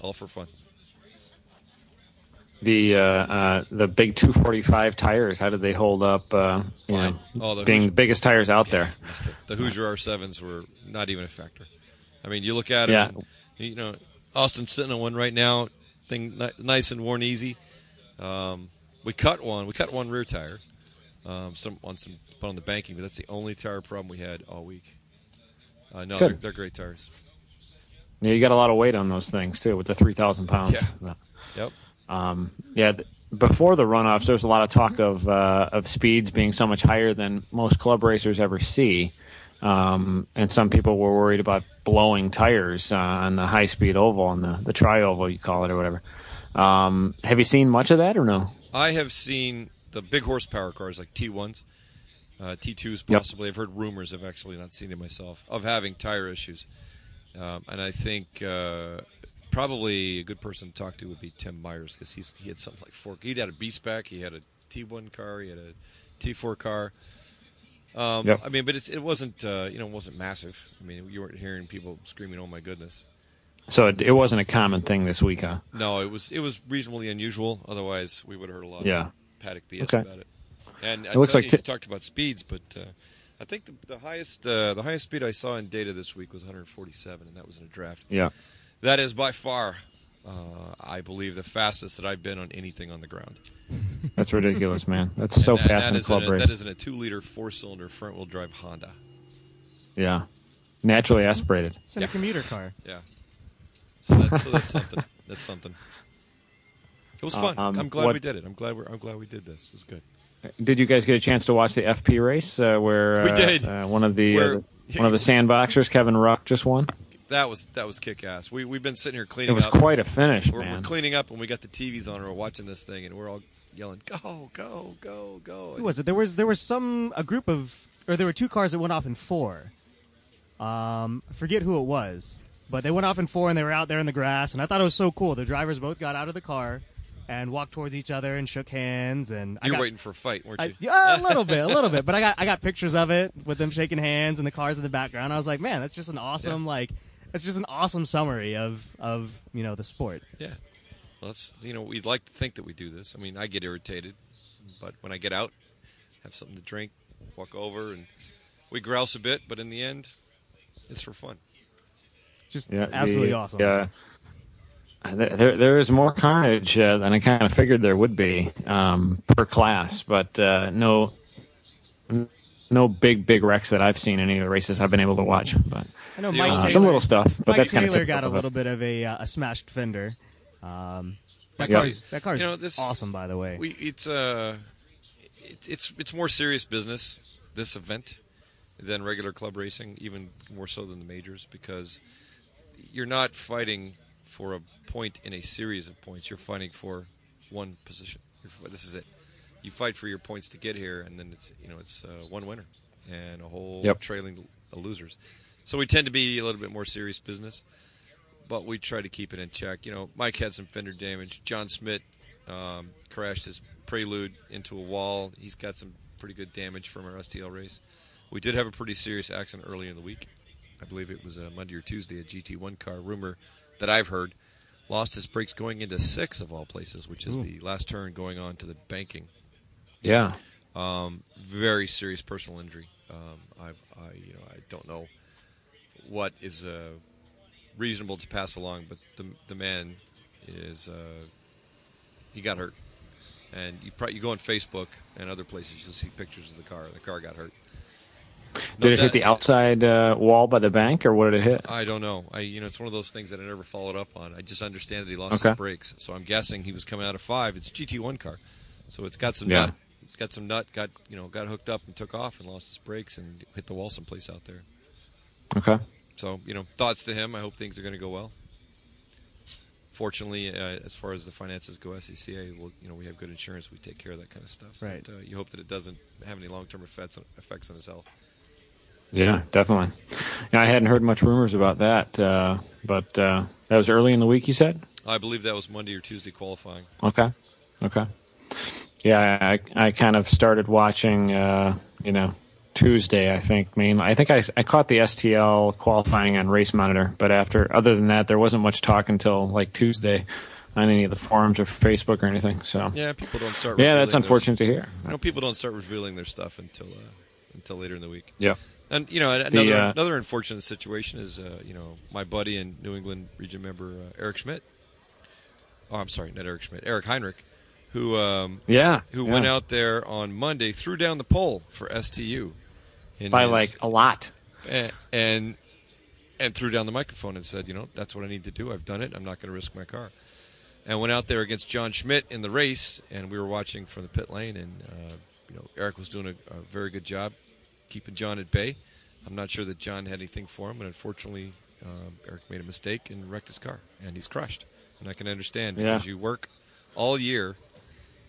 All for fun. The uh, uh, the big 245 tires. How did they hold up? Uh, you know, Fine. Oh, the being Hoosier- the biggest tires out there. The Hoosier R7s were not even a factor. I mean, you look at it. Yeah. and, you know, Austin's sitting on one right now. Thing ni- nice and worn easy. Um, we cut one. We cut one rear tire. Um, some on some put on the banking, but that's the only tire problem we had all week. Uh, no, Good. they're, they're great tires. Yeah, you got a lot of weight on those things too, with the 3,000 pounds. Yeah. Yep. Yeah, th- before the runoffs, there was a lot of talk of uh, of speeds being so much higher than most club racers ever see, um, and some people were worried about blowing tires uh, on the high speed oval and the the tri oval you call it or whatever. Um, have you seen much of that or no? I have seen the big horsepower cars like T1s, uh, T2s Yep. possibly. I've heard rumors. I've actually not seen it myself of having tire issues, um, and I think uh, probably a good person to talk to would be Tim Myers because he's he had something like four. He had a B spec. He had a T1 car. He had a T4 car. Um, Yep. I mean, but it's, it wasn't uh, you know it wasn't massive. I mean, you weren't hearing people screaming, "Oh my goodness!" So it, it wasn't a common thing this week, huh? No, it was it was reasonably unusual. Otherwise, we would have heard a lot Yeah. of paddock BS Okay. about it. And it looks looks like like you ti- talked about speeds, but uh, I think the, the highest uh, the highest speed I saw in data this week was 147, and that was in a draft. Yeah. That is by far, uh, I believe, the fastest that I've been on anything on the ground. That's ridiculous, man. That's so And that- fast that in is club in a, race. That is in a two-liter four-cylinder front-wheel drive Honda. yeah. Naturally aspirated. It's in a commuter car. Yeah. So that's, so that's something. That's something. It was fun. Um, I'm glad what- we did it. I'm glad we're. I'm glad we did this. It was good. Did you guys get a chance to watch the FP race uh, where uh, We did. Uh, one of the Where- uh, one of the sandboxers, Kevin Ruck, just won? That was that was kick ass. We we've been sitting here It cleaning was up. quite a finish, we're, man. we're cleaning up and we got the TVs on and we're watching this thing and we're all yelling, Go, go, go, go. Who was it? There was there was some a group of or there were two cars that went off in four. Um, I forget who it was, But they went off in four and they were out there in the grass, and I thought it was so cool. The drivers both got out of the car and walked towards each other and shook hands. And I You're got- waiting for a fight, weren't you? I, yeah, a little bit, a little bit. But I got I got pictures of it with them shaking hands and the cars in the background. I was like, man, that's just an awesome like, that's just an awesome summary of of you know the sport. Yeah. Well, that's you know we'd like to think that we do this. I mean, I get irritated, but when I get out, have something to drink, walk over, and we grouse a bit. But in the end, it's for fun. Just Yeah, absolutely the, awesome. Yeah. There, there- there is more carnage uh, than I kind of figured there would be um, per class, but uh, no, no big big wrecks that I've seen in any of the races I've been able to watch. But I know The Mike old- uh, Taylor, some little stuff, but Mike that's kind Taylor of got a little bit of a uh, a smashed fender. Um, that Yeah. car's that car's You know, this- awesome, by the way. We it's uh, it's it's it's more serious business this event than regular club racing, even more so than the majors, because you're not fighting for a point in a series of points. You're fighting for one position. You're, fi- this is it. You fight for your points to get here, and then it's you know it's uh, one winner and a whole Yep. trailing of losers. So we tend to be a little bit more serious business, but we try to keep it in check. You know, Mike had some fender damage. John Smith um, crashed his Prelude into a wall. He's got some pretty good damage from our STL race. We did have a pretty serious accident earlier in the week. I believe it was uh, Monday or Tuesday, a GT1 car rumor that I've heard lost his brakes going into six of all places, which is the last turn going on to the banking. yeah. Um, very serious personal injury. Um, I, I, you know, I don't know what is uh, reasonable to pass along, but the, the man is uh, he got hurt, and you probably you go on Facebook and other places, you'll see pictures of the car. The car got hurt. Did it No, hit that- the outside uh, wall by the bank, or what did it hit? I don't know. I you know it's one of those things that I never followed up on. I just understand that he lost Okay. his brakes, so I'm guessing he was coming out of five. It's GT1 car, so it's got some Yeah. nut, it's got some nut, got you know got hooked up and took off and lost his brakes and hit the wall someplace out there. Okay. So you know thoughts to him. I hope things are going to go well. Fortunately, uh, as far as the finances go, SCCA, well, you know we have good insurance. We take care of that kind of stuff. Right. But, uh, you hope that it doesn't have any long-term effects on, effects on his health. Yeah, definitely. Yeah, I hadn't heard much rumors about that, uh, but uh, that was early in the week. You said. I believe that was Monday or Tuesday qualifying. Okay. Okay. Yeah, I, I kind of started watching, uh, you know, Tuesday. I think. mainly. I think I, I caught the STL qualifying on Race Monitor, but after other than that, there wasn't much talk until like Tuesday on any of the forums or Facebook or anything. So yeah, Yeah, people don't start. that's revealing their- unfortunate to hear. You know, people don't start revealing their stuff until uh, until later in the week. Yeah. And you know, another uh, another unfortunate situation is uh, you know my buddy and New England region member uh, Eric Schmidt. Oh, I'm sorry, not Eric Schmidt, Eric Heinrich, who um, Yeah. who yeah. went out there on Monday, threw down the pole for STU in by his- like a lot. a- and and threw down the microphone and said, you know, that's what I need to do. I've done it. I'm not going to risk my car. And went out there against John Schmidt in the race, and we were watching from the pit lane, and uh, you know, Eric was doing a, a very good job keeping John at bay. I'm not sure that John had anything for him, but unfortunately, um, Eric made a mistake and wrecked his car, and he's crushed. And I can understand Yeah. because you work all year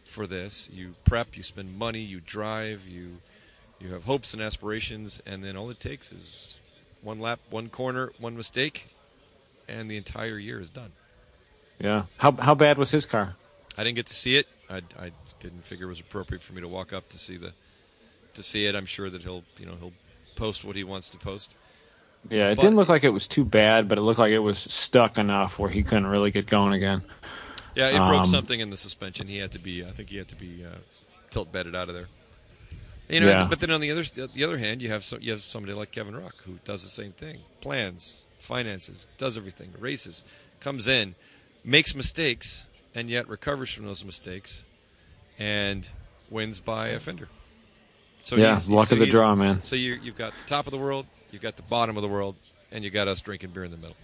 for this. You prep, you spend money, you drive, you you have hopes and aspirations, and then all it takes is one lap, one corner, one mistake, and the entire year is done. Yeah. How how bad was his car? I didn't get to see it. I, I didn't figure it was appropriate for me to walk up to see the to see it. I'm sure that he'll you know he'll post what he wants to post. Yeah, it But- didn't look like it was too bad, but it looked like it was stuck enough where he couldn't really get going again. Yeah, it broke Um, something in the suspension. He had to be. I think he had to be uh, tilt bedded out of there. You know, Yeah. but then on the other the other hand, you have so, you have somebody like Kevin Ruck who does the same thing: plans, finances, does everything, races, comes in, makes mistakes, and yet recovers from those mistakes, and wins by a fender. So Yeah, he's- luck so of the he's- draw, man. So you you've got the top of the world, you've got the bottom of the world, and you got us drinking beer in the middle.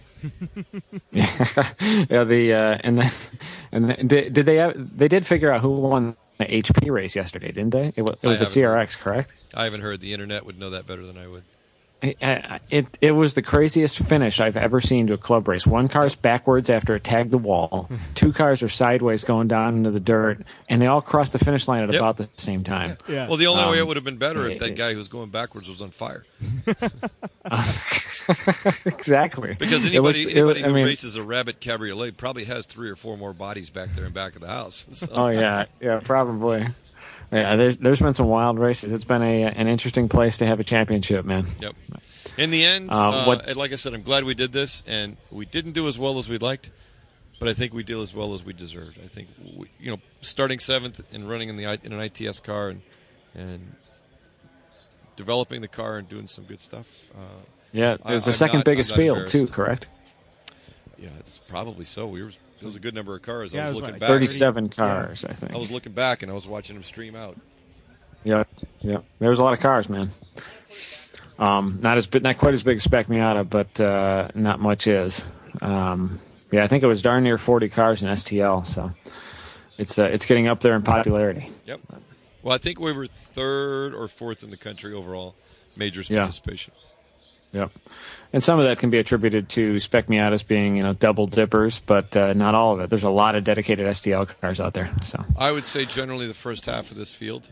yeah, the uh, and then and then, did, did they have, they did figure out who won the HP race yesterday, didn't they? It was, it was the haven't. CRX, correct? I haven't heard. The internet would know that better than I would. I- I- it it was the craziest finish I've ever seen to a club race. One car's backwards after it tagged the wall. Two cars are sideways going down into the dirt, and they all cross the finish line at Yep. about the same time. Yeah. Well, the only Um, way it would have been better if it- that it- guy who was going backwards was on fire. exactly. Because It anybody, looked- it anybody looked- who races a rabbit cabriolet probably has three or four more bodies back there in back of the house. So, Oh yeah, yeah, probably. Yeah, there's there's been some wild races. It's been a an interesting place to have a championship, man. Yep. In the end, Um, uh, what- and like I said, I'm glad we did this, and we didn't do as well as we liked, but I think we did as well as we deserved. I think we, you know, starting seventh and running in the I- in an ITS car and and developing the car and doing some good stuff. Uh, Yeah, it I- was the I'm second not- biggest I'm not field too, embarrassed. correct? you know, it's probably so. We were it was a good number of cars. Yeah, I it was, was looking like back. 37 cars, I think. I was looking back and I was watching them stream out. Yeah, yeah. There was a lot of cars, man. Um, not as big, not quite as big as Spec Miata, but uh, not much is. Um, yeah, I think it was darn near 40 cars in STL, so it's uh, it's getting up there in popularity. Yep. Well, I think we were third or fourth in the country overall, majors Yeah. participation. Yep. And some of that can be attributed to Spec Miatas being you know double dippers, but uh, not all of it. There's a lot of dedicated STL cars out there. So I would say generally the first half of this field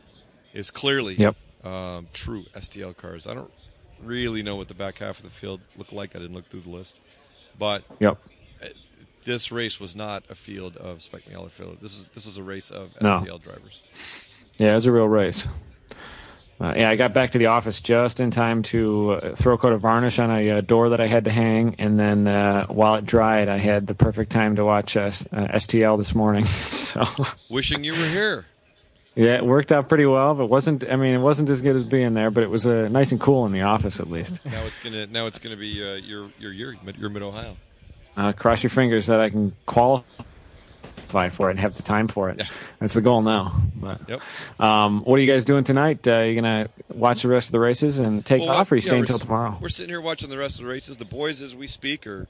is clearly Yep. um, true STL cars. I don't really know what the back half of the field looked like. I didn't look through the list, but yep, this race was not a field of Spec Miller field. This is this was a race of No. STL drivers. yeah, it was a real race. Uh, yeah, I got back to the office just in time to uh, throw a coat of varnish on a uh, door that I had to hang, and then uh, while it dried, I had the perfect time to watch uh, S- uh, STL this morning. so Wishing you were here. yeah, it worked out pretty well. But wasn't I mean it wasn't as good as being there, but it was uh, nice and cool in the office at least. Now it's gonna now it's gonna be uh, your your year. You're mid Ohio. Uh, cross your fingers that I can qualify for it and have the time for it. Yeah. That's the goal now. But Yep. um, what are you guys doing tonight? Uh, you gonna watch the rest of the races and take Well, off, or you yeah, stay we're until s- tomorrow? We're sitting here watching the rest of the races. The boys, as we speak, are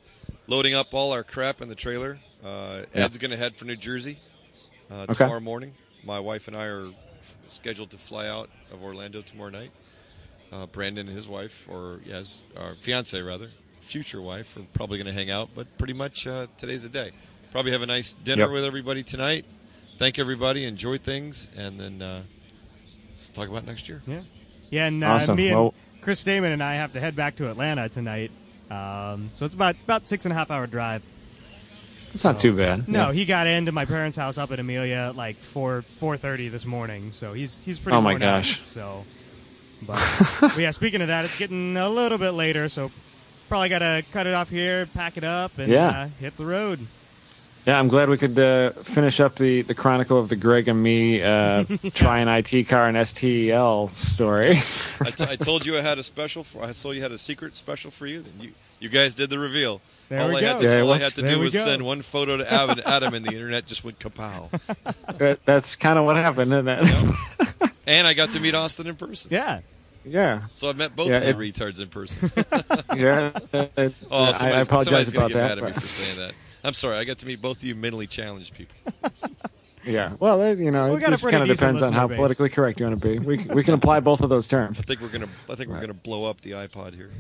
loading up all our crap in the trailer. Uh, Yeah. Ed's going to head for New Jersey uh, Okay. tomorrow morning. My wife and I are f- scheduled to fly out of Orlando tomorrow night. Uh, Brandon and his wife, or yes, our fiance rather, future wife, are probably going to hang out. But pretty much uh, today's the day. Probably have a nice dinner Yep. with everybody tonight. Thank everybody. Enjoy things, and then uh, let's talk about next year. Yeah, yeah, and uh, Awesome. me and Well- Chris Damon and I have to head back to Atlanta tonight. Um, so it's about about six and a half hour drive. It's not too bad. No, Yeah. he got into my parents' house up at Amelia at like four four thirty this morning. So he's he's pretty. Oh, my worn out, gosh. so, but, but yeah. Speaking of that, it's getting a little bit later, so probably gotta cut it off here, pack it up, and Yeah. uh, hit the road. Yeah, I'm glad we could uh, finish up the, the chronicle of the Greg and me uh, try an IT car and STL story. I, t- I told you I had a special. For, I told you I had a secret special for you. And you you guys did the reveal. There all we I had go. to, Yeah, all I what's- had to there do we was go. send one photo to Adam, Adam, and the internet just went kapow. That- That's kind of what happened, isn't it? And I got to meet Austin in person. Yeah. yeah. So I've met both Yeah, of the it- retards in person. Yeah. Uh, Oh, I, I somebody's, apologize somebody's gonna about get that. mad at me but- for saying that. I'm sorry. I got to meet both of you mentally challenged people. Yeah. Well, uh, you know, We it got a just pretty kind of decent depends on listener how base. politically correct you want to be. We, c- we can apply both of those terms. I think we're gonna. I think we're gonna blow up the iPod here.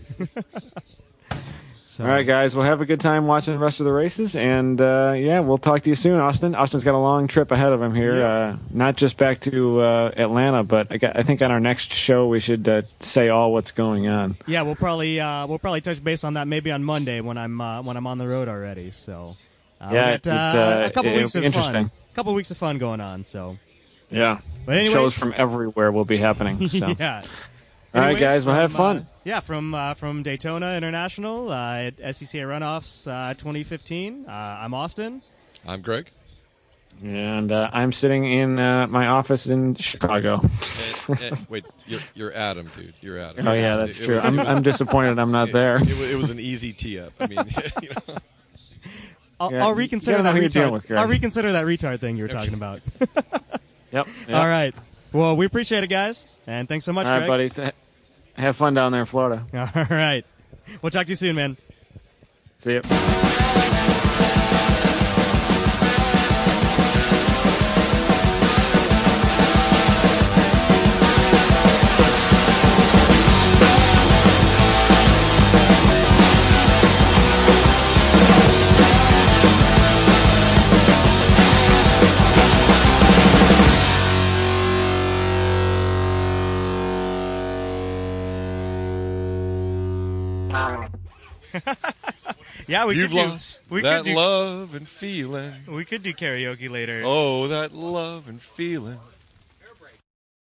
So, All right, guys. We'll have a good time watching the rest of the races, and uh, yeah, we'll talk to you soon, Austin. Austin's got a long trip ahead of him here, uh, not just back to uh, Atlanta, but I, got, I think on our next show we should uh, say all what's going on. Yeah, we'll probably uh, we'll probably touch base on that maybe on Monday when I'm uh, when I'm on the road already. So uh, we Yeah, got, uh, it, uh, a couple it'll weeks be of interesting. fun, a couple weeks of fun going on. So Yeah. But anyways- shows from everywhere will be happening. So. yeah. All right, Anyways, guys. We'll from, have fun. uh, yeah, from uh, from Daytona International uh, at SECA Runoffs uh, 2015. Uh, I'm Austin. I'm Greg. and uh, I'm sitting in uh, my office in Chicago. And, and- wait, you're, you're Adam, dude. You're Adam. Oh yeah, that's It- it true. was- I'm, it was- I'm disappointed I'm not there. It, was- it was an easy tee up. I mean, you know. I'll, Yeah, I'll you reconsider gotta know that who you're dealing retard. with, Greg. I'll reconsider that retard thing you were talking about. Yep. yep. All right. Well, we appreciate it, guys, and thanks so much, All right, Greg. buddies. Ha- Have fun down there in Florida. All right. We'll talk to you soon, man. See you. Yeah, we You've could do lost we that could do, love and feeling. We could do karaoke later. Oh, that love and feeling.